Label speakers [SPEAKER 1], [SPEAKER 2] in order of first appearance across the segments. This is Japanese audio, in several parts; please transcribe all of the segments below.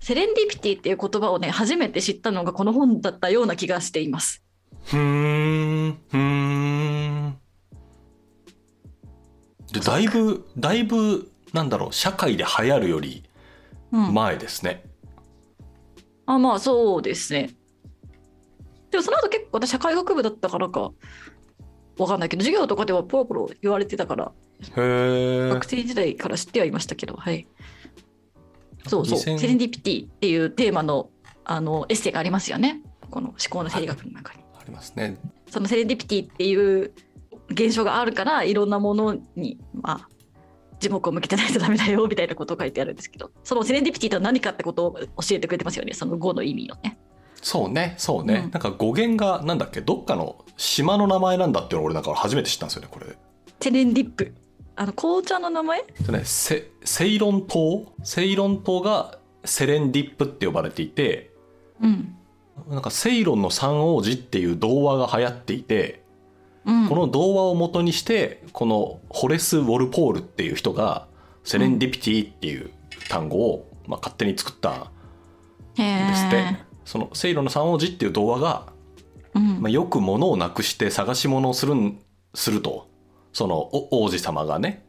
[SPEAKER 1] セレンディピティっていう言葉をね初めて知ったのがこの本だったような気がしています
[SPEAKER 2] ふーんふーんでだいぶだいぶなんだろう社会で流行るより
[SPEAKER 1] うん
[SPEAKER 2] 前ですね、
[SPEAKER 1] あまあそうですねでもその後結構私社会学部だったからかわかんないけど授業とかではポロポロ言われてたから
[SPEAKER 2] へえ
[SPEAKER 1] 学生時代から知ってはいましたけどはいそうそうセ
[SPEAKER 2] 2000
[SPEAKER 1] レンディピティっていうテーマのあのエッセイがありますよねこの思考の生理学の中に、
[SPEAKER 2] ありますね
[SPEAKER 1] そのセレンディピティっていう現象があるからいろんなものにまあ樹木を向けてないとダメだよみたいなことを書いてあるんですけどそのセレンディピティとは何かってことを教えてくれてますよねその語の意味をね
[SPEAKER 2] そうねそうね、
[SPEAKER 1] うん
[SPEAKER 2] なんか語源がなんだっけどっかの島の名前なんだっていうのを俺なんか初めて知ったんですよねこれ
[SPEAKER 1] セレンディップあの紅茶の名前
[SPEAKER 2] でねセセイロン島セイロン島がセレンディップって呼ばれていて
[SPEAKER 1] うん、
[SPEAKER 2] なんかセイロンの三王子っていう童話が流行っていて
[SPEAKER 1] うん、
[SPEAKER 2] この童話を元にしてこのホレス・ウォルポールっていう人がセレンディピティっていう単語をまあ勝手に作ったんですって、
[SPEAKER 1] へー
[SPEAKER 2] その「セイロの三王子」っていう童話が、
[SPEAKER 1] うん
[SPEAKER 2] まあ、よく物をなくして探し物をするんするとそのお王子様がね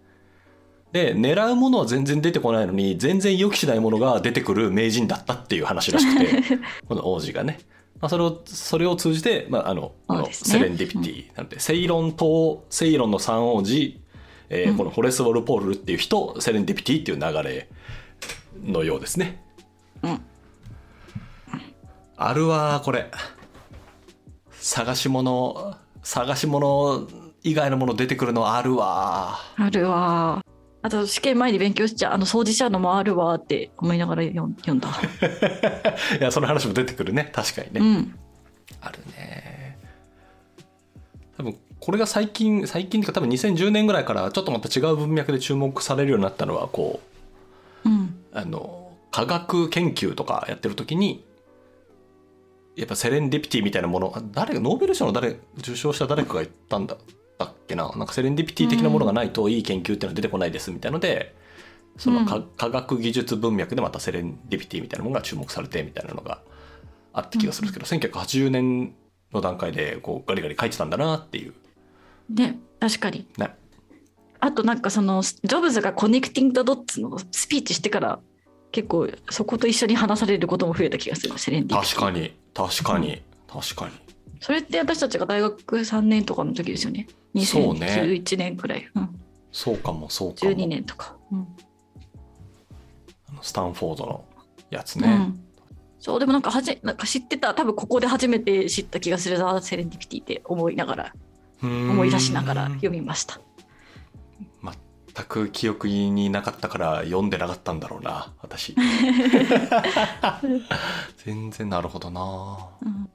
[SPEAKER 2] で狙うものは全然出てこないのに全然予期しないものが出てくる名人だったっていう話らしく てこの王子がね、まあ、それをそれを通じて、まあ、あのこ
[SPEAKER 1] そう
[SPEAKER 2] の
[SPEAKER 1] ですね
[SPEAKER 2] セレンディピティなので、セイロン島セイロンの三王子、えー
[SPEAKER 1] うん
[SPEAKER 2] このホレス・ウォルポールっていう人セレンディピティっていう流れのようですね。
[SPEAKER 1] うん
[SPEAKER 2] あるわこれ探し物探し物以外のもの出てくるのあるわ
[SPEAKER 1] あるわーあと試験前に勉強しちゃうあの掃除者のもあるわーって思いながら読ん読んだ、
[SPEAKER 2] いやその話も出てくるね確かにね、
[SPEAKER 1] うん
[SPEAKER 2] あるね多分これが最近最近っていうか多分2010年ぐらいからちょっとまた違う文脈で注目されるようになったのはこう
[SPEAKER 1] うん
[SPEAKER 2] あの科学研究とかやってる時にやっぱセレンディピティみたいなものあ誰がノーベル賞の誰受賞した誰かが言ったんだだっけななんかセレンディピティ的なものがないといい研究っていうのは出てこないですみたいのでその科,、
[SPEAKER 1] うん
[SPEAKER 2] 科学技術文脈でまたセレンディピティみたいなものが注目されてみたいなのがあった気がするんですけど、1980年の段階でこうガリガリ書いてたんだなっていう
[SPEAKER 1] ね確かに
[SPEAKER 2] ね
[SPEAKER 1] あとなんかそのジョブズがコネクティング・ザ・ドッツのスピーチしてから結構そこと一緒に話されることも増えた気がするセレンディピテ
[SPEAKER 2] 確
[SPEAKER 1] ィ
[SPEAKER 2] かに確かに、確かに
[SPEAKER 1] それって私たちが大学3年とかの時ですよね
[SPEAKER 2] そうね
[SPEAKER 1] 2011年くらい、うん、
[SPEAKER 2] そうかもそうか
[SPEAKER 1] 12
[SPEAKER 2] も
[SPEAKER 1] 年とか、うん
[SPEAKER 2] あのスタンフォードのやつ
[SPEAKER 1] う
[SPEAKER 2] ね、
[SPEAKER 1] ん、そうでもなんかはじなんか知ってた多分ここで初めて知った気がするなセレンディピティって思いながら思
[SPEAKER 2] 思
[SPEAKER 1] い出しながら読みました
[SPEAKER 2] 全く記憶になかったから読んでなかったんだろうな 私全然なるほどな
[SPEAKER 1] うん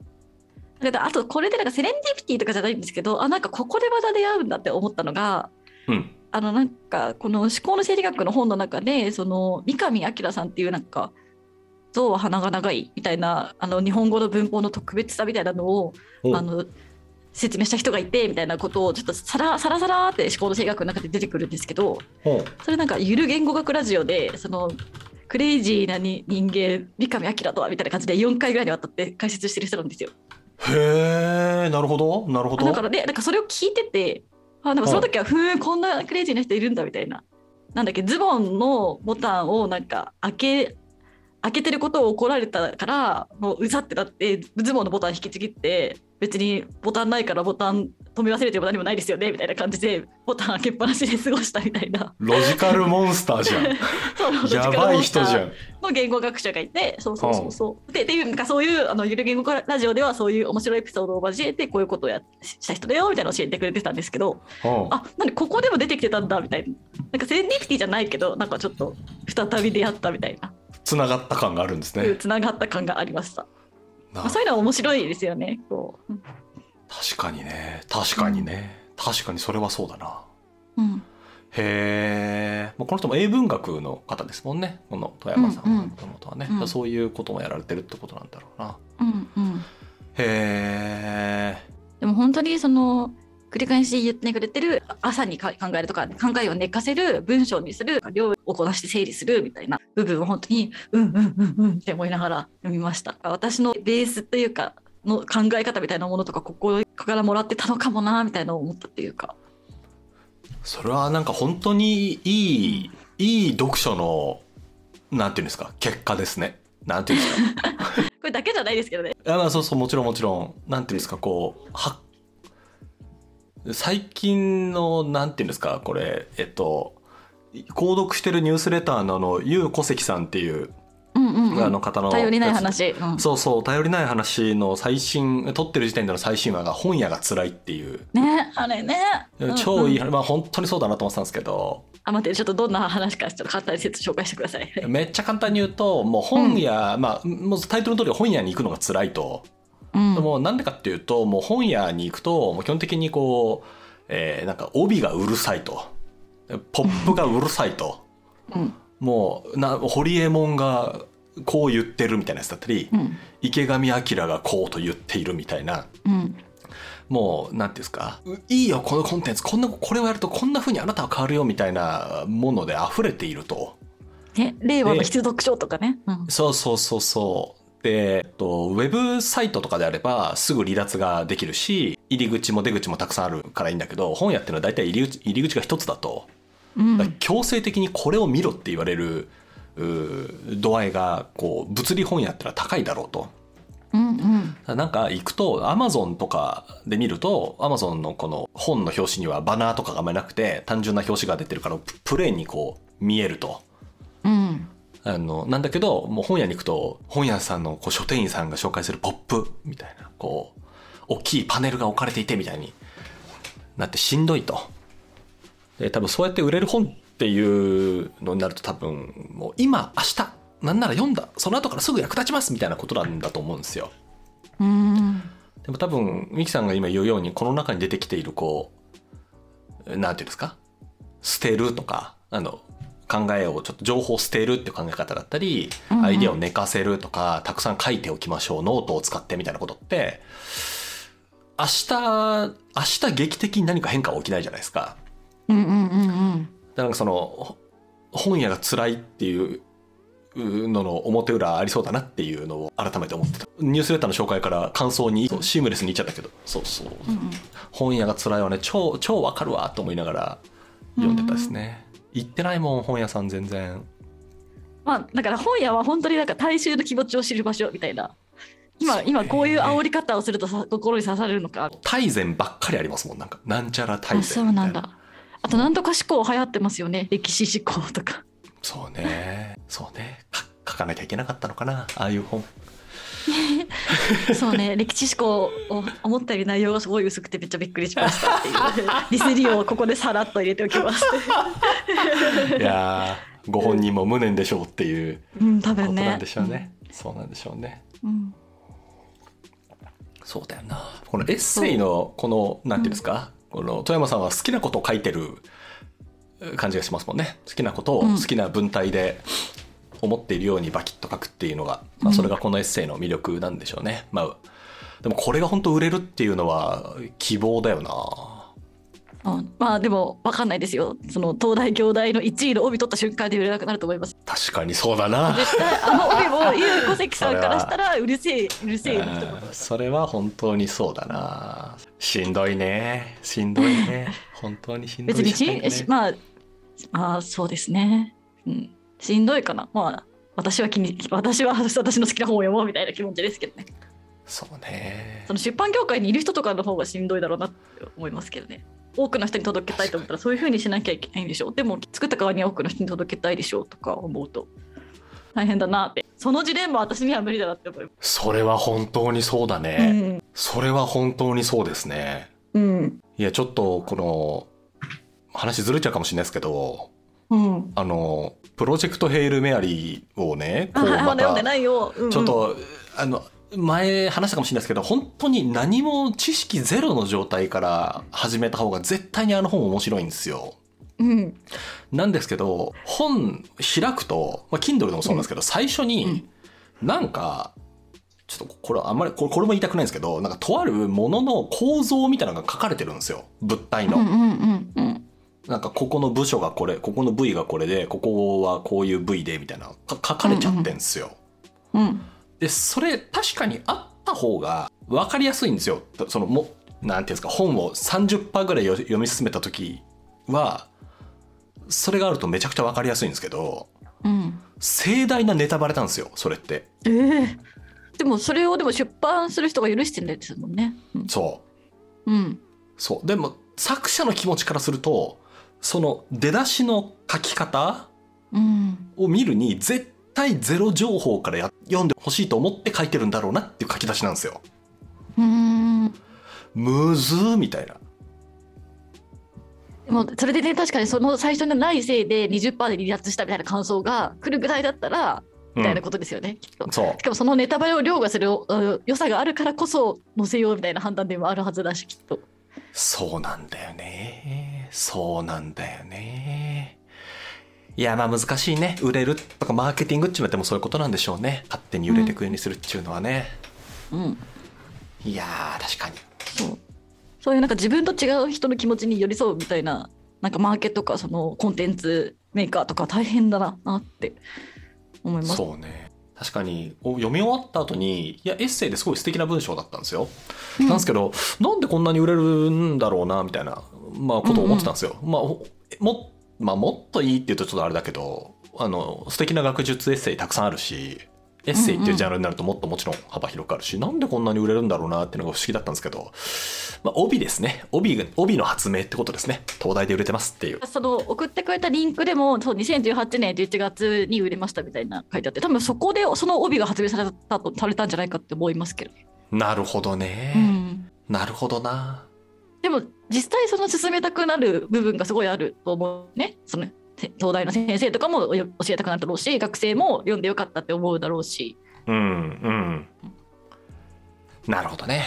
[SPEAKER 1] だけどあとこれでなんかセレンディピティとかじゃないんですけどあなんかここでまた出会うんだって思ったのが
[SPEAKER 2] うん
[SPEAKER 1] あのなんかこの「思考の生理学」の本の中でその三上明さんっていうなんか「象は鼻が長い」みたいなあの日本語の文法の特別さみたいなのを
[SPEAKER 2] お
[SPEAKER 1] あの説明した人がいてみたいなことをちょっとさらさらさらって思考の生理学の中で出てくるんですけど
[SPEAKER 2] お
[SPEAKER 1] それなんかゆる言語学ラジオでそのクレイジーなに人間三上明とはみたいな感じで4回ぐらいにわたって解説してる人なんですよ。
[SPEAKER 2] へえなるほどなるほど
[SPEAKER 1] だからねなんかそれを聞いててあなんかその時はふーんこんなクレイジーな人いるんだみたいななんだっけズボンのボタンをなんか開け開けてることを怒られたからもううざってなってズボンのボタン引きちぎって別にボタンないからボタン止め忘れても何もないですよねみたいな感じでボタン開けっぱなしで過ごしたみたいな
[SPEAKER 2] ロジカルモンスター じゃん
[SPEAKER 1] そう
[SPEAKER 2] やばい人じゃん
[SPEAKER 1] の言語学者がいてそうそうそうそう。ででいうなんかそういうあのゆる言語ラジオではそういう面白いエピソードを交えてこういうことをやしした人だよみたいなのを教えてくれてたんですけど
[SPEAKER 2] うん
[SPEAKER 1] あなんでここでも出てきてたんだみたいななんかセレンディピティじゃないけどなんかちょっと再び出会ったみたいな
[SPEAKER 2] 繋がった感があるんです
[SPEAKER 1] いう
[SPEAKER 2] ね
[SPEAKER 1] つながった感がありました、
[SPEAKER 2] な
[SPEAKER 1] まあそういうのは面白いですよねこう、
[SPEAKER 2] 確かにね確かにね確かにそれはそうだな
[SPEAKER 1] うん、
[SPEAKER 2] へえ、まあ、この人も英文学の方ですもんねこの富山さ
[SPEAKER 1] うん
[SPEAKER 2] ん
[SPEAKER 1] うん
[SPEAKER 2] もともとはね、
[SPEAKER 1] うん
[SPEAKER 2] そういうこともやられてるってことなんだろうな
[SPEAKER 1] うんうん
[SPEAKER 2] へえ
[SPEAKER 1] でも本当にその繰り返し言ってくれてる朝にか考えるとか考えを寝かせる文章にする量をこなして整理するみたいな部分を本当にうんうんうんうんって思いながら読みました私のベースというかの考え方みたいなものとかここからもらってたのかもなみたいなのを思ったっていうか
[SPEAKER 2] それはなんか本当にいい、いい読書の、なんていうんですか、結果ですね。なんていうんですか。
[SPEAKER 1] これだけじゃないですけどね
[SPEAKER 2] あまあそうそうもちろんもちろんなんていうんですかこうは最近のなんていうんですかこれえっと購読してるニュースレターのあのゆうこせきさんっていう、
[SPEAKER 1] うんうん、うん、
[SPEAKER 2] あの方の
[SPEAKER 1] 頼りない
[SPEAKER 2] やつ
[SPEAKER 1] 話、うん
[SPEAKER 2] そうそう頼りない話の最新撮ってる時点での最新話が本屋が辛いっていう
[SPEAKER 1] ねあれね
[SPEAKER 2] 超いい、
[SPEAKER 1] うんうん
[SPEAKER 2] まあ本当にそうだなと思ってたんですけど
[SPEAKER 1] あ待ってちょっとどんな話かちょっと簡単に説紹介してくださいはい
[SPEAKER 2] めっちゃ簡単に言うともう本屋、まあもうタイトルの通り本屋に行くのが辛いと。
[SPEAKER 1] うん
[SPEAKER 2] もうなんでかっていうともう本屋に行くともう基本的にこう、えーなんか帯がうるさいとポップがうるさいと
[SPEAKER 1] うん
[SPEAKER 2] もうな堀エモ門がこう言ってるみたいなやつだったり、
[SPEAKER 1] うん
[SPEAKER 2] 池上彰がこうと言っているみたいな
[SPEAKER 1] うん
[SPEAKER 2] もうなんていうんですかういいよこのコンテンツこんなこれをやるとこんな風にあなたは変わるよみたいなもので溢れていると。
[SPEAKER 1] ね令和の必読書とかね、うん
[SPEAKER 2] そうそうそうそう。で、えっと、ウェブサイトとかであればすぐ離脱ができるし、入り口も出口もたくさんあるからいいんだけど、本屋っていうのは大体入り口入り口が一つだと、
[SPEAKER 1] うん
[SPEAKER 2] だから強制的にこれを見ろって言われる、うー度合いが、こう、物理本屋ってのは高いだろうと。
[SPEAKER 1] うんうん
[SPEAKER 2] なんか行くと、アマゾンとかで見ると、アマゾンのこの本の表紙にはバナーとかがあんまりなくて、単純な表紙が出てるから、ププレーンにこう、見えると。
[SPEAKER 1] うん
[SPEAKER 2] あの、なんだけど、もう本屋に行くと、本屋さんのこう書店員さんが紹介するポップみたいな、こう、大きいパネルが置かれていてみたいになってしんどいと。で、多分そうやって売れる本っていうのになると多分、もう今、明日、なんなら読んだ、その後からすぐ役立ちますみたいなことなんだと思うんですよ。
[SPEAKER 1] うん
[SPEAKER 2] でも多分、ミキさんが今言うように、この中に出てきている、こう、なんていうんですか捨てるとか、あの、考えをちょっと情報を捨てるっていう考え方だったり、
[SPEAKER 1] うんうん
[SPEAKER 2] アイディアを寝かせるとか、たくさん書いておきましょう、ノートを使ってみたいなことって、明日、明日劇的に何か変化は起きないじゃないですか。
[SPEAKER 1] うんうんうん
[SPEAKER 2] だからなんかその、ほ本屋が辛いっていうのの表裏ありそうだなっていうのを改めて思ってた。ニュースレターの紹介から感想にシームレスにいっちゃったけど、そうそう。
[SPEAKER 1] うん
[SPEAKER 2] 本屋が辛いわね、超、超わかるわと思いながら読んでたですね。行ってないもん、本屋さん全然。
[SPEAKER 1] まあだから本屋は本当になんか大衆の気持ちを知る場所みたいな今
[SPEAKER 2] そうね
[SPEAKER 1] 今こういう煽り方をするとさ心に刺されるのか
[SPEAKER 2] 大善ばっかりありますもん、なんか。なんちゃら大
[SPEAKER 1] あ
[SPEAKER 2] 善。
[SPEAKER 1] そうなん。だあとなんとか思考流行ってますよね歴史思考とか
[SPEAKER 2] そうね。そうね。か書かなきゃいけなかったのかな、ああいう本。
[SPEAKER 1] そうね歴史思考を思ったより内容がすごい薄くてめっちゃびっくりしましたっていうディスりをここでさらっと入れておきます、
[SPEAKER 2] いやー、ご本人も無念でしょうっていう
[SPEAKER 1] うん、多
[SPEAKER 2] こと
[SPEAKER 1] 分ね
[SPEAKER 2] なんでしょうね。そうなんでしょうね。
[SPEAKER 1] うん
[SPEAKER 2] そうだよな。このエッセイの、この、なんていうんですか、この、富山さんは好きなことを書いてるえー感じがしますもんね。好きなことを
[SPEAKER 1] うん
[SPEAKER 2] 好きな文体で思っているようにバキッと書くっていうのが、
[SPEAKER 1] う
[SPEAKER 2] まあ、
[SPEAKER 1] ん
[SPEAKER 2] それがこのエッセイの魅力なんでしょうね。まあ、でもこれが本当売れるっていうのは希望だよな。
[SPEAKER 1] うんまあでも分かんないですよその東大京大の1位の帯取った瞬間で売れなくなると思います
[SPEAKER 2] 確かにそうだな。
[SPEAKER 1] 絶対あの帯もゆうこ関さんからしたらうるせえうるせえの一言
[SPEAKER 2] うんそれは本当にそうだな。しんどいね。しんどい ね。本当にしんどい
[SPEAKER 1] 別に
[SPEAKER 2] 社
[SPEAKER 1] し
[SPEAKER 2] 会
[SPEAKER 1] ん、
[SPEAKER 2] だね
[SPEAKER 1] しまあまあそうですね、うん、しんどいかなまあ私は気に私は私の好きな本を読もうみたいな気持ちですけどね
[SPEAKER 2] そうね
[SPEAKER 1] そ。の出版業界にいる人とかの方がしんどいだろうなって思いますけどね多くの人に届けたいと思ったらそういうふうにしなきゃいけないんでしょうでも作った側には多くの人に届けたいでしょうとか思うと大変だなってそのジレンマ私には無理だなって思いま
[SPEAKER 2] それは本当にそうだね。
[SPEAKER 1] す、うん
[SPEAKER 2] それは本当にそうですね。
[SPEAKER 1] うん
[SPEAKER 2] いや、ちょっと、この、話ずれちゃうかもしれないですけど、
[SPEAKER 1] うん
[SPEAKER 2] あの、プロジェクトヘイルメアリーをね、
[SPEAKER 1] あ
[SPEAKER 2] こう、
[SPEAKER 1] ま
[SPEAKER 2] ま
[SPEAKER 1] だ読ん
[SPEAKER 2] た、
[SPEAKER 1] で
[SPEAKER 2] ち
[SPEAKER 1] ないよ、うんうん
[SPEAKER 2] ょっと、あの、前話したかもしれないですけど、本当に何も知識ゼロの状態から始めた方が絶対にあの本面白いんですよ。
[SPEAKER 1] うん
[SPEAKER 2] なんですけど、本開くと、まあ、Kindle でもそうなんですけど、最初に、なんか、ちょっとここれはあんまりこれこれも言いたくないんですけどなんかとあるものの構造みたいなのが書かれてるんですよ物体の。
[SPEAKER 1] うんうんうん
[SPEAKER 2] なんかここの部署がこれここの部位がこれでここはこういう部位でみたいなのか書かれちゃってんすよ。
[SPEAKER 1] うんうん
[SPEAKER 2] でそれ確かにあった方が分かりやすいんですよ。そのもなんていうんですか本を30%ぐらいよ読み進めた時はそれがあるとめちゃくちゃ分かりやすいんですけど
[SPEAKER 1] うん
[SPEAKER 2] 盛大なネタバレなんですよそれって。
[SPEAKER 1] ええでもそれをでも出版する人が許してるんですもんね。うん
[SPEAKER 2] そう
[SPEAKER 1] うん
[SPEAKER 2] そう。でも、作者の気持ちからすると、その出だしの書き方
[SPEAKER 1] うん
[SPEAKER 2] を見るに、絶対ゼロ情報からや読んでほしいと思って書いてるんだろうなっていう書き出しなんですよ。
[SPEAKER 1] うん
[SPEAKER 2] むずーみたいな。
[SPEAKER 1] でもそれでね確かにその最初のないせいで20%で離脱したみたいな感想が来るぐらいだったら
[SPEAKER 2] うん
[SPEAKER 1] みたいなことですよね、きっと。
[SPEAKER 2] そう
[SPEAKER 1] し。かもそのネタバレを凌駕するうん良さがあるからこそ載せようみたいな判断でもあるはずだしきっと。
[SPEAKER 2] そうなんだよね。そうなんだよね。いや、まあ難しいね。売れるとかマーケティングっちゅうのはでもそういうことなんでしょうね。勝手に売れてくようにするっちゅうのはね。
[SPEAKER 1] うん、
[SPEAKER 2] いやー、確かに。
[SPEAKER 1] そうそういうなんか自分と違う人の気持ちに寄り添うみたいななんかマーケットとかそのコンテンツメーカーとか大変だなって思います。
[SPEAKER 2] そうね確かにこう読み終わった後にいやエッセイですごい素敵な文章だったんですよ、
[SPEAKER 1] うん
[SPEAKER 2] なんですけどなんでこんなに売れるんだろうなみたいな、まあ、ことを思ってたんですよ、まあ、おもまあもっといいって言うとちょっとあれだけどあの素敵な学術エッセイたくさんあるしエッセイっていうジャンルになるともっともちろん幅広くあるし、なんでこんなに売れるんだろうなっていうのが不思議だったんですけど、まあ、帯ですね帯が帯の発明ってことですね東大で売れてますっていう
[SPEAKER 1] その送ってくれたリンクでもそう2018年11月に売れましたみたいな書いてあって多分そこでその帯が発明されたとされたんじゃないかって思いますけどね、
[SPEAKER 2] なるほどね、
[SPEAKER 1] うん、
[SPEAKER 2] なるほどな
[SPEAKER 1] でも実際その進めたくなる部分がすごいあると思うねそのせ東大の先生とかもよ教えたくなるだろうし学生も読んでよかったって思うだろうし、
[SPEAKER 2] うんうん。なるほどね。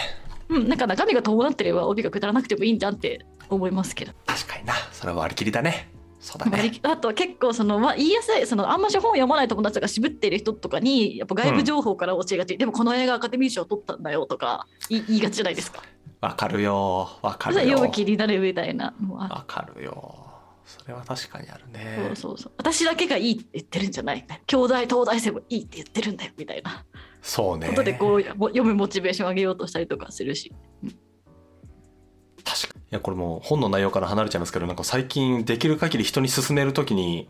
[SPEAKER 1] うん、なんか中身が伴ってれば帯がくだらなくてもいいんじゃんって思いますけど、
[SPEAKER 2] 確かにな。それは割り切りだね。そうだ
[SPEAKER 1] 割
[SPEAKER 2] ね。
[SPEAKER 1] りあとは結構その、まあ、言いやすいそのあんまし本読まない友達とか渋ってる人とかにやっぱ外部情報から教えがち、でもこの映画アカデミー賞取ったんだよとか言い言いがちじゃないですか
[SPEAKER 2] わかるよ。わか
[SPEAKER 1] それは
[SPEAKER 2] るよ。
[SPEAKER 1] 読む気になるみたいなのは
[SPEAKER 2] わかるよ。それは確かにあるね。
[SPEAKER 1] そうそうそう私だけがいいって言ってるんじゃない兄弟東大生もいいって言ってるんだよみたいな
[SPEAKER 2] そうね。
[SPEAKER 1] ことでこうも読むモチベーション上げようとしたりとかするし、
[SPEAKER 2] 確かにいやこれもう本の内容から離れちゃいますけどなんか最近できる限り人に勧めるときに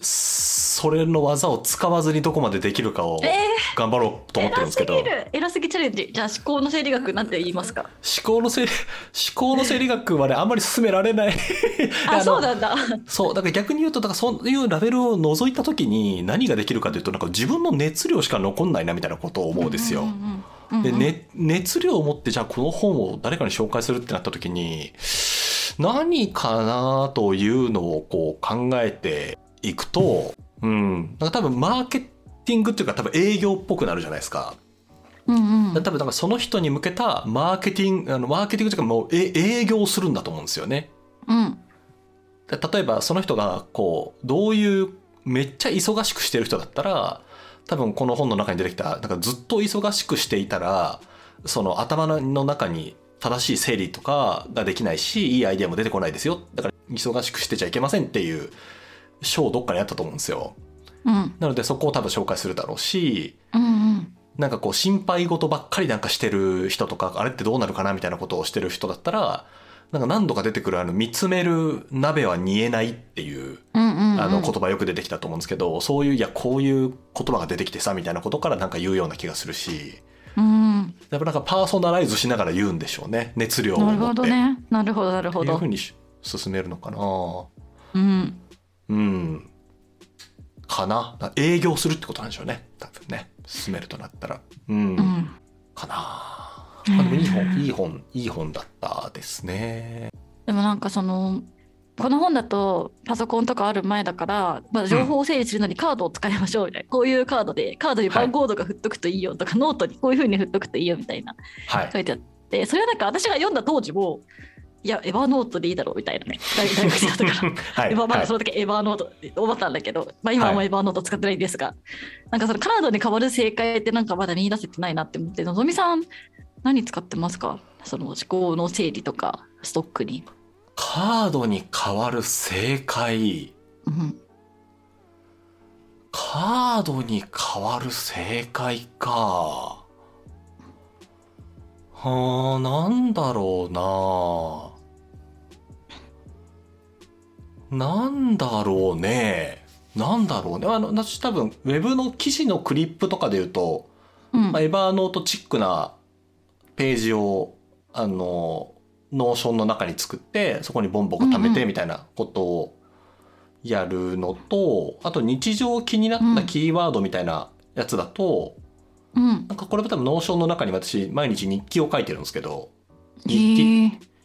[SPEAKER 2] それの技を使わずにどこまでできるかを
[SPEAKER 1] え
[SPEAKER 2] 頑張ろうと思って
[SPEAKER 1] 偉
[SPEAKER 2] るんです
[SPEAKER 1] す
[SPEAKER 2] けど、
[SPEAKER 1] ぎる偉すぎチャレンジじゃあ思考の整理学なんて言いますか
[SPEAKER 2] 思考の整理思考の整理学はねあんまり勧められない
[SPEAKER 1] あ
[SPEAKER 2] の
[SPEAKER 1] そうなんだ
[SPEAKER 2] そう、だから逆に言うと、だからそういうラベルを除いた時に何ができるかというと、なんか自分の熱量しか残んないなみたいなことを思うんですよ。
[SPEAKER 1] んうんうん
[SPEAKER 2] で、ね、熱量を持って、じゃあこの本を誰かに紹介するってなった時に、何かなというのをこう考えていくと、うん、なんか多分マーケティングっていうか多分営業っぽくなるじゃないですか。
[SPEAKER 1] うんうん
[SPEAKER 2] 多分なんかその人に向けたマーケティング、あのマーケティングというかもうえ営業をするんだと思うんですよね。
[SPEAKER 1] うん
[SPEAKER 2] で例えばその人がこうどういうめっちゃ忙しくしてる人だったら多分この本の中に出てきたなんかずっと忙しくしていたらその頭の中に正しい整理とかができないしいいアイデアも出てこないですよだから忙しくしてちゃいけませんっていう章をどっかにあったと思うんですよ
[SPEAKER 1] うん
[SPEAKER 2] なのでそこを多分紹介するだろうし
[SPEAKER 1] うん
[SPEAKER 2] なんかこう心配事ばっかりなんかしてる人とかあれってどうなるかなみたいなことをしてる人だったらなんか何度か出てくるあの見つめる鍋は煮えないっていう
[SPEAKER 1] うん
[SPEAKER 2] あの言葉よく出てきたと思うんですけど、そういういやこういう言葉が出てきてさみたいなことからなんか言うような気がするし
[SPEAKER 1] うん
[SPEAKER 2] やっぱなんかパーソナライズしながら言うんでしょうね熱量を
[SPEAKER 1] なる
[SPEAKER 2] 持
[SPEAKER 1] ほ
[SPEAKER 2] って
[SPEAKER 1] どねなるほどなる
[SPEAKER 2] っ
[SPEAKER 1] ほ
[SPEAKER 2] ていう
[SPEAKER 1] ど
[SPEAKER 2] ふうにし進めるのかな
[SPEAKER 1] うん
[SPEAKER 2] うんかなだ営業するってことなんでしょうね多分ね進めるとなったらうん、
[SPEAKER 1] うん
[SPEAKER 2] かなまあでもいい本いい本いい本だったですね
[SPEAKER 1] でもなんかそのこの本だとパソコンとかある前だから、まあ、情報を整理するのにカードを使いましょうみたいな、こういうカードでカードに番号とか振っとくといいよとか、ノートにこういうふうに振っとくといいよみたいな
[SPEAKER 2] はい
[SPEAKER 1] 書いてあってそれはなんか私が読んだ当時もいやエヴァノートでいいだろうみたいな ね大大学生だったから
[SPEAKER 2] はい
[SPEAKER 1] エヴァまだそ
[SPEAKER 2] は
[SPEAKER 1] の時エヴァノートって思ったんだけど、まあ、今はもうエヴァノート使ってないんですが、なんかそのカードに変わる正解ってなんかまだ見出せてないなって思ってのぞみさん何使ってますかその思考の整理とかストックに。
[SPEAKER 2] いカードに変わる正解
[SPEAKER 1] うん、
[SPEAKER 2] カードに変わる正解かはあなんだろうななんだろうねなんだろうねあの私多分ウェブの記事のクリップとかで言うと
[SPEAKER 1] うん
[SPEAKER 2] まあ、エバーノートチックなページをあのノーションの中に作ってそこにボンボコ貯め
[SPEAKER 1] うんう
[SPEAKER 2] てみたいなことをやるのと、あと日常気になったキーワードみたいなやつだと、
[SPEAKER 1] うん
[SPEAKER 2] なんかこれも多分ノーションの中に私毎日日記を書いてるんですけど
[SPEAKER 1] へ
[SPEAKER 2] 日記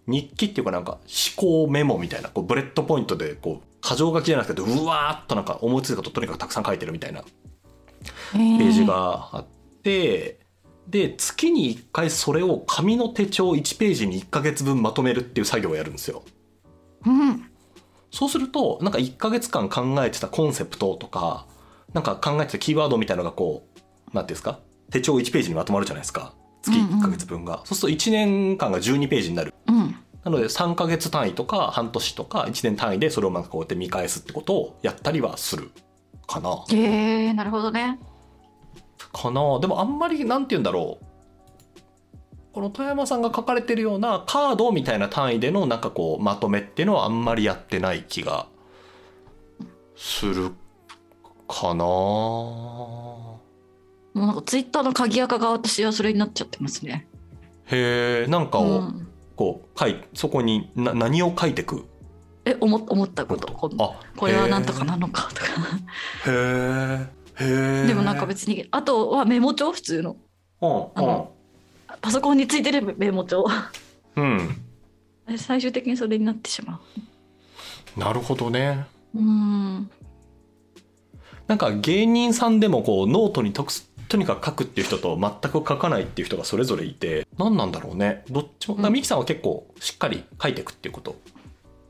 [SPEAKER 1] ー
[SPEAKER 2] 日記っていうかなんか思考メモみたいなこうブレッドポイントでこう箇条書きじゃなくてうわーっとなんか思いついたこととにかくたくさん書いてるみたいな
[SPEAKER 1] へー
[SPEAKER 2] ページがあって、で月に1回それを紙の手帳1ページに1ヶ月分まとめるっていう作業をやるんですよ。
[SPEAKER 1] うん
[SPEAKER 2] そうするとなんか1ヶ月間考えてたコンセプトとかなんか考えてたキーワードみたいのがこうなんていうんですか手帳1ページにまとまるじゃないですか月
[SPEAKER 1] うんうん
[SPEAKER 2] 1ヶ月分が、そうすると1年間が12ページになる
[SPEAKER 1] うん
[SPEAKER 2] なので3ヶ月単位とか半年とか1年単位でそれをなんかこうやって見返すってことをやったりはするかな。
[SPEAKER 1] へーなるほどね。
[SPEAKER 2] かなでもあんまりなんて言うんだろうこの富山さんが書かれてるようなカードみたいな単位でのなんかこうまとめっていうのはあんまりやってない気がするかな
[SPEAKER 1] もうなんかツイッターの鍵垢が私はそれになっちゃってますね。
[SPEAKER 2] へえなんか
[SPEAKER 1] う
[SPEAKER 2] を
[SPEAKER 1] ん
[SPEAKER 2] こう書いそこにな何を書いてく
[SPEAKER 1] え思っ思ったことこん
[SPEAKER 2] あ
[SPEAKER 1] これはなんとかな
[SPEAKER 2] な
[SPEAKER 1] のかとか。
[SPEAKER 2] へえへえ
[SPEAKER 1] でもなんか別にあとはメモ帳普通のあのパソコンについてるメモ帳
[SPEAKER 2] うんう ん
[SPEAKER 1] 最終的にそれになってしま
[SPEAKER 2] なるほどね
[SPEAKER 1] ううん
[SPEAKER 2] なんか芸人さんでもこうノートにとくすとにかく書くっていう人と全く書かないっていう人がそれぞれいて何なんだろうねどっちもだから
[SPEAKER 1] うん
[SPEAKER 2] ミキさんは結構しっかり書いていくっていうこと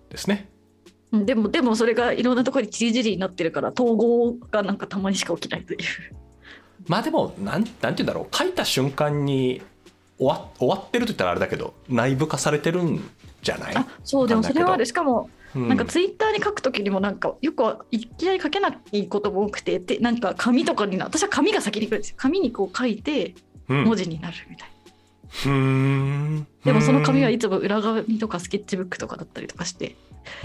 [SPEAKER 2] ですね。
[SPEAKER 1] でもでもそれがいろんなところにちりぢりになってるから統合がなんかたまにしか起きないという
[SPEAKER 2] まあでもなんなんて言うんだろう書いた瞬間に終わ終わってると言ったらあれだけど内部化されてるんじゃない
[SPEAKER 1] あそうでもそれはあるしかも
[SPEAKER 2] うん
[SPEAKER 1] なんかツイッターに書く時にもなんかよくはいきなり書けないことも多くてでなんか紙とかにな私は紙が先に来るんですよ紙にこう書いて
[SPEAKER 2] うん
[SPEAKER 1] 文字になるみたいな、
[SPEAKER 2] ふーん
[SPEAKER 1] でもその紙は
[SPEAKER 2] う
[SPEAKER 1] いつも裏紙とかスケッチブックとかだったりとかして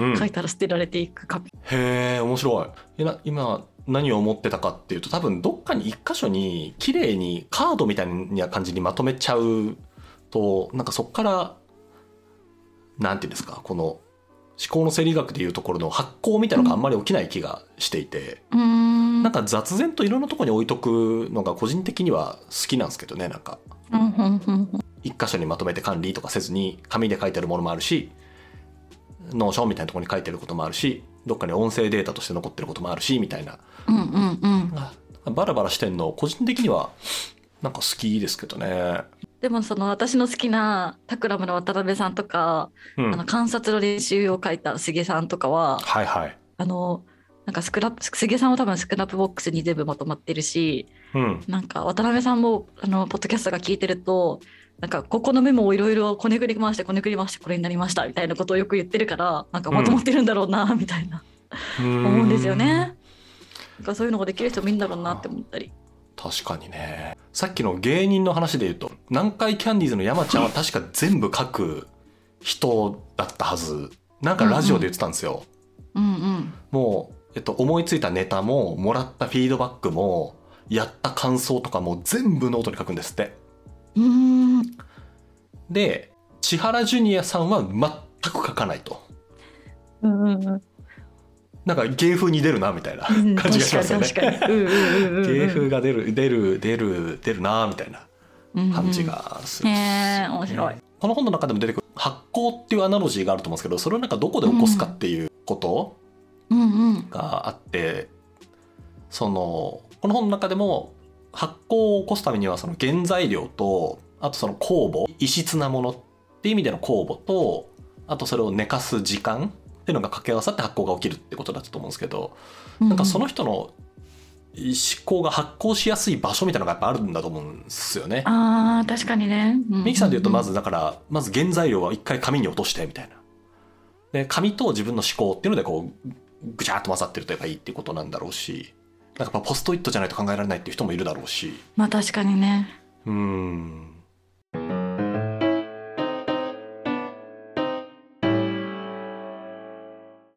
[SPEAKER 2] ん
[SPEAKER 1] 書いたら捨てられていく紙
[SPEAKER 2] へえ面白いえな今何を思ってたかっていうと多分どっかに一箇所に綺麗にカードみたいな感じにまとめちゃうとなんかそっからなんていうんですかこの思考の生理学でいうところの発酵みたいなのがあんまり起きない気がしていて、
[SPEAKER 1] うーん
[SPEAKER 2] なんか雑然といろんなとこに置いとくのが個人的には好きなんですけどねなんか
[SPEAKER 1] うんうんうん
[SPEAKER 2] 一箇所にまとめて管理とかせずに紙で書いてあるものもあるしノーションみたいなところに書いてあることもあるしどっかに音声データとして残ってることもあるしみたいな
[SPEAKER 1] うんうんうん
[SPEAKER 2] あバラバラしてんの個人的にはなんか好きですけどね。
[SPEAKER 1] でもその私の好きなタクラムの渡辺さんとか、
[SPEAKER 2] うん、
[SPEAKER 1] あの
[SPEAKER 2] は
[SPEAKER 1] 観察の練習を書いた杉さんとかはい
[SPEAKER 2] はい。
[SPEAKER 1] あのなんかスクラップ杉さんは多分スクラップボックスに全部まとまってるし
[SPEAKER 2] うん、
[SPEAKER 1] なんか渡辺さんもあのポッドキャストが聞いてるとなんかここのメモをいろいろこねくり回してこねくり回してこれになりましたみたいなことをよく言ってるからなんかまとまってるんだろうな、みたいな思うんですよね。なんかそういうのができる人もいいんだろうなって思ったり。
[SPEAKER 2] 確かにねさっきの芸人の話で言うと南海キャンディーズの山ちゃんは確か全部書く人だったはずなんかラジオで言ってたんですよ。
[SPEAKER 1] うんうん。
[SPEAKER 2] もう、えっと、思いついたネタももらったフィードバックもやった感想とかも全部ノートに書くんですって。
[SPEAKER 1] うーん。
[SPEAKER 2] で千原ジュニアさんは全く書かないと。
[SPEAKER 1] うんうんうん。
[SPEAKER 2] なんか芸風に出るなみたいな
[SPEAKER 1] うん
[SPEAKER 2] 感じがしますよね。
[SPEAKER 1] 確かに確かにうんうんうんうん
[SPEAKER 2] 芸風が出る出る出る出るなみたいな感じがする。
[SPEAKER 1] へえ面白い。
[SPEAKER 2] この本の中でも出てくる発酵っていうアナロジーがあると思うんですけど、それをなんかどこで起こすかっていうこと
[SPEAKER 1] うんうん。
[SPEAKER 2] があって、そのこの本の中でも発酵を起こすためにはその原材料とあとその酵母異質なものって意味での酵母とあとそれを寝かす時間っていうのが掛け合わさって発酵が起きるってことだったと思うんですけどなんかその人の思考が発酵しやすい場所みたいなのがやっぱあるんだと思うんですよね。
[SPEAKER 1] あー確かにね。
[SPEAKER 2] ミキさんで言うとまずだからまず原材料は一回紙に落としてみたいな。で紙と自分の思考っていうのでこうぐちゃっと混ざってるとやっぱいいっていうことなんだろうしなんかやっぱポストイットじゃないと考えられないっていう人もいるだろうし
[SPEAKER 1] まあ確かにね。
[SPEAKER 2] うん